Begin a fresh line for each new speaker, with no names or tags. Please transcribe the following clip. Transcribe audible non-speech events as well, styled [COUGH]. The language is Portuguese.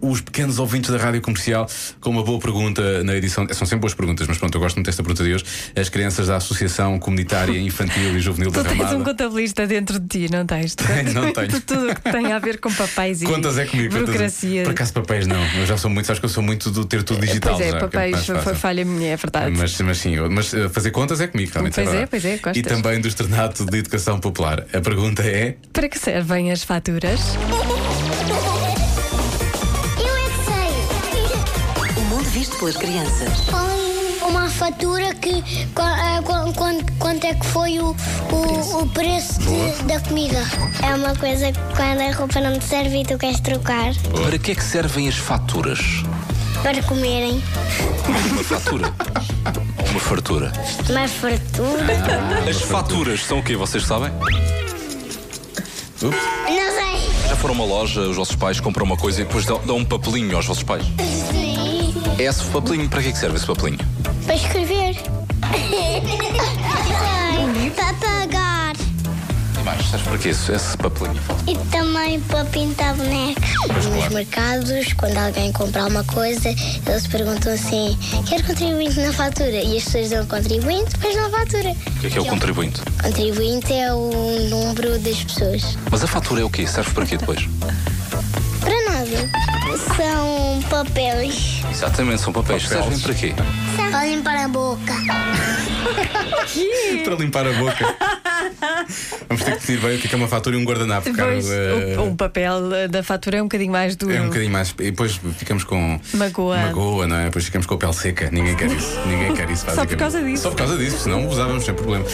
os pequenos ouvintes da rádio comercial com uma boa pergunta na edição. É, São sempre boas perguntas, mas pronto, eu gosto muito desta pergunta de hoje. As crianças da Associação Comunitária Infantil e Juvenil da
Tu tens
Ramada. [LAUGHS]
um contabilista dentro de ti, não tens?
Tenho, não [LAUGHS] tenho.
Tu- Tudo o que tem a ver com papéis e
Contas é comigo, contas é-
burocracia.
Por acaso papéis não, eu já sou muito, acho que eu sou muito do ter tudo digital.
pois é,
já, que
papéis
mais fácil.
foi falha minha, é verdade.
Mas, mas sim, eu- mas eh, fazer contas é comigo, realmente.
Pois é,
verdade.
pois é, gostas.
E também do Externato de Educação Popular. A pergunta
[LAUGHS]
é:
Para que servem as faturas?
Eu é que
O mundo visto pelas crianças.
sei. Põe uma fatura que qu- ah, qu- quanto, quanto é que foi o, o, o preço de- da comida. É uma coisa que quando a roupa não te serve e tu queres trocar
Para que é que servem as faturas?
para comerem
Uma fatura? Ou [LAUGHS] uma fartura?
uma fartura.
As faturas são o quê? Vocês sabem?
Não sei.
Já foram a uma loja, os vossos pais compram uma coisa e depois dão, dão um papelinho aos vossos pais.
Sim.
É esse papelinho, para que é que serve esse papelinho?
Para escrever. [LAUGHS] Sei. para pagar.
E mais, sabes para que isso? Esse papelinho.
E também para pintar bonecas. Nos mercados, quando alguém compra alguma coisa, eles perguntam assim: quer contribuinte na fatura? E as pessoas dão contribuinte, depois na fatura.
O que é que é o contribuinte?
Contribuinte é o número das pessoas.
Mas a fatura é o quê? Serve para quê depois?
Para nada. São papéis.
Exatamente, são papéis. Servem para quê?
Para limpar a boca.
para limpar a boca. Vamos ter que decidir bem o que é que é uma fatura e um guardanapo, Carla.
Depois, o, o papel eh, da fatura é um bocadinho mais duro.
É um bocadinho mais. E depois ficamos com.
Magoa.
Magoa, não é? Depois ficamos com a pele seca. Ninguém quer isso. Ninguém quer isso,
Só por
basicamente.
causa disso.
Só por causa disso, senão usávamos sem problema.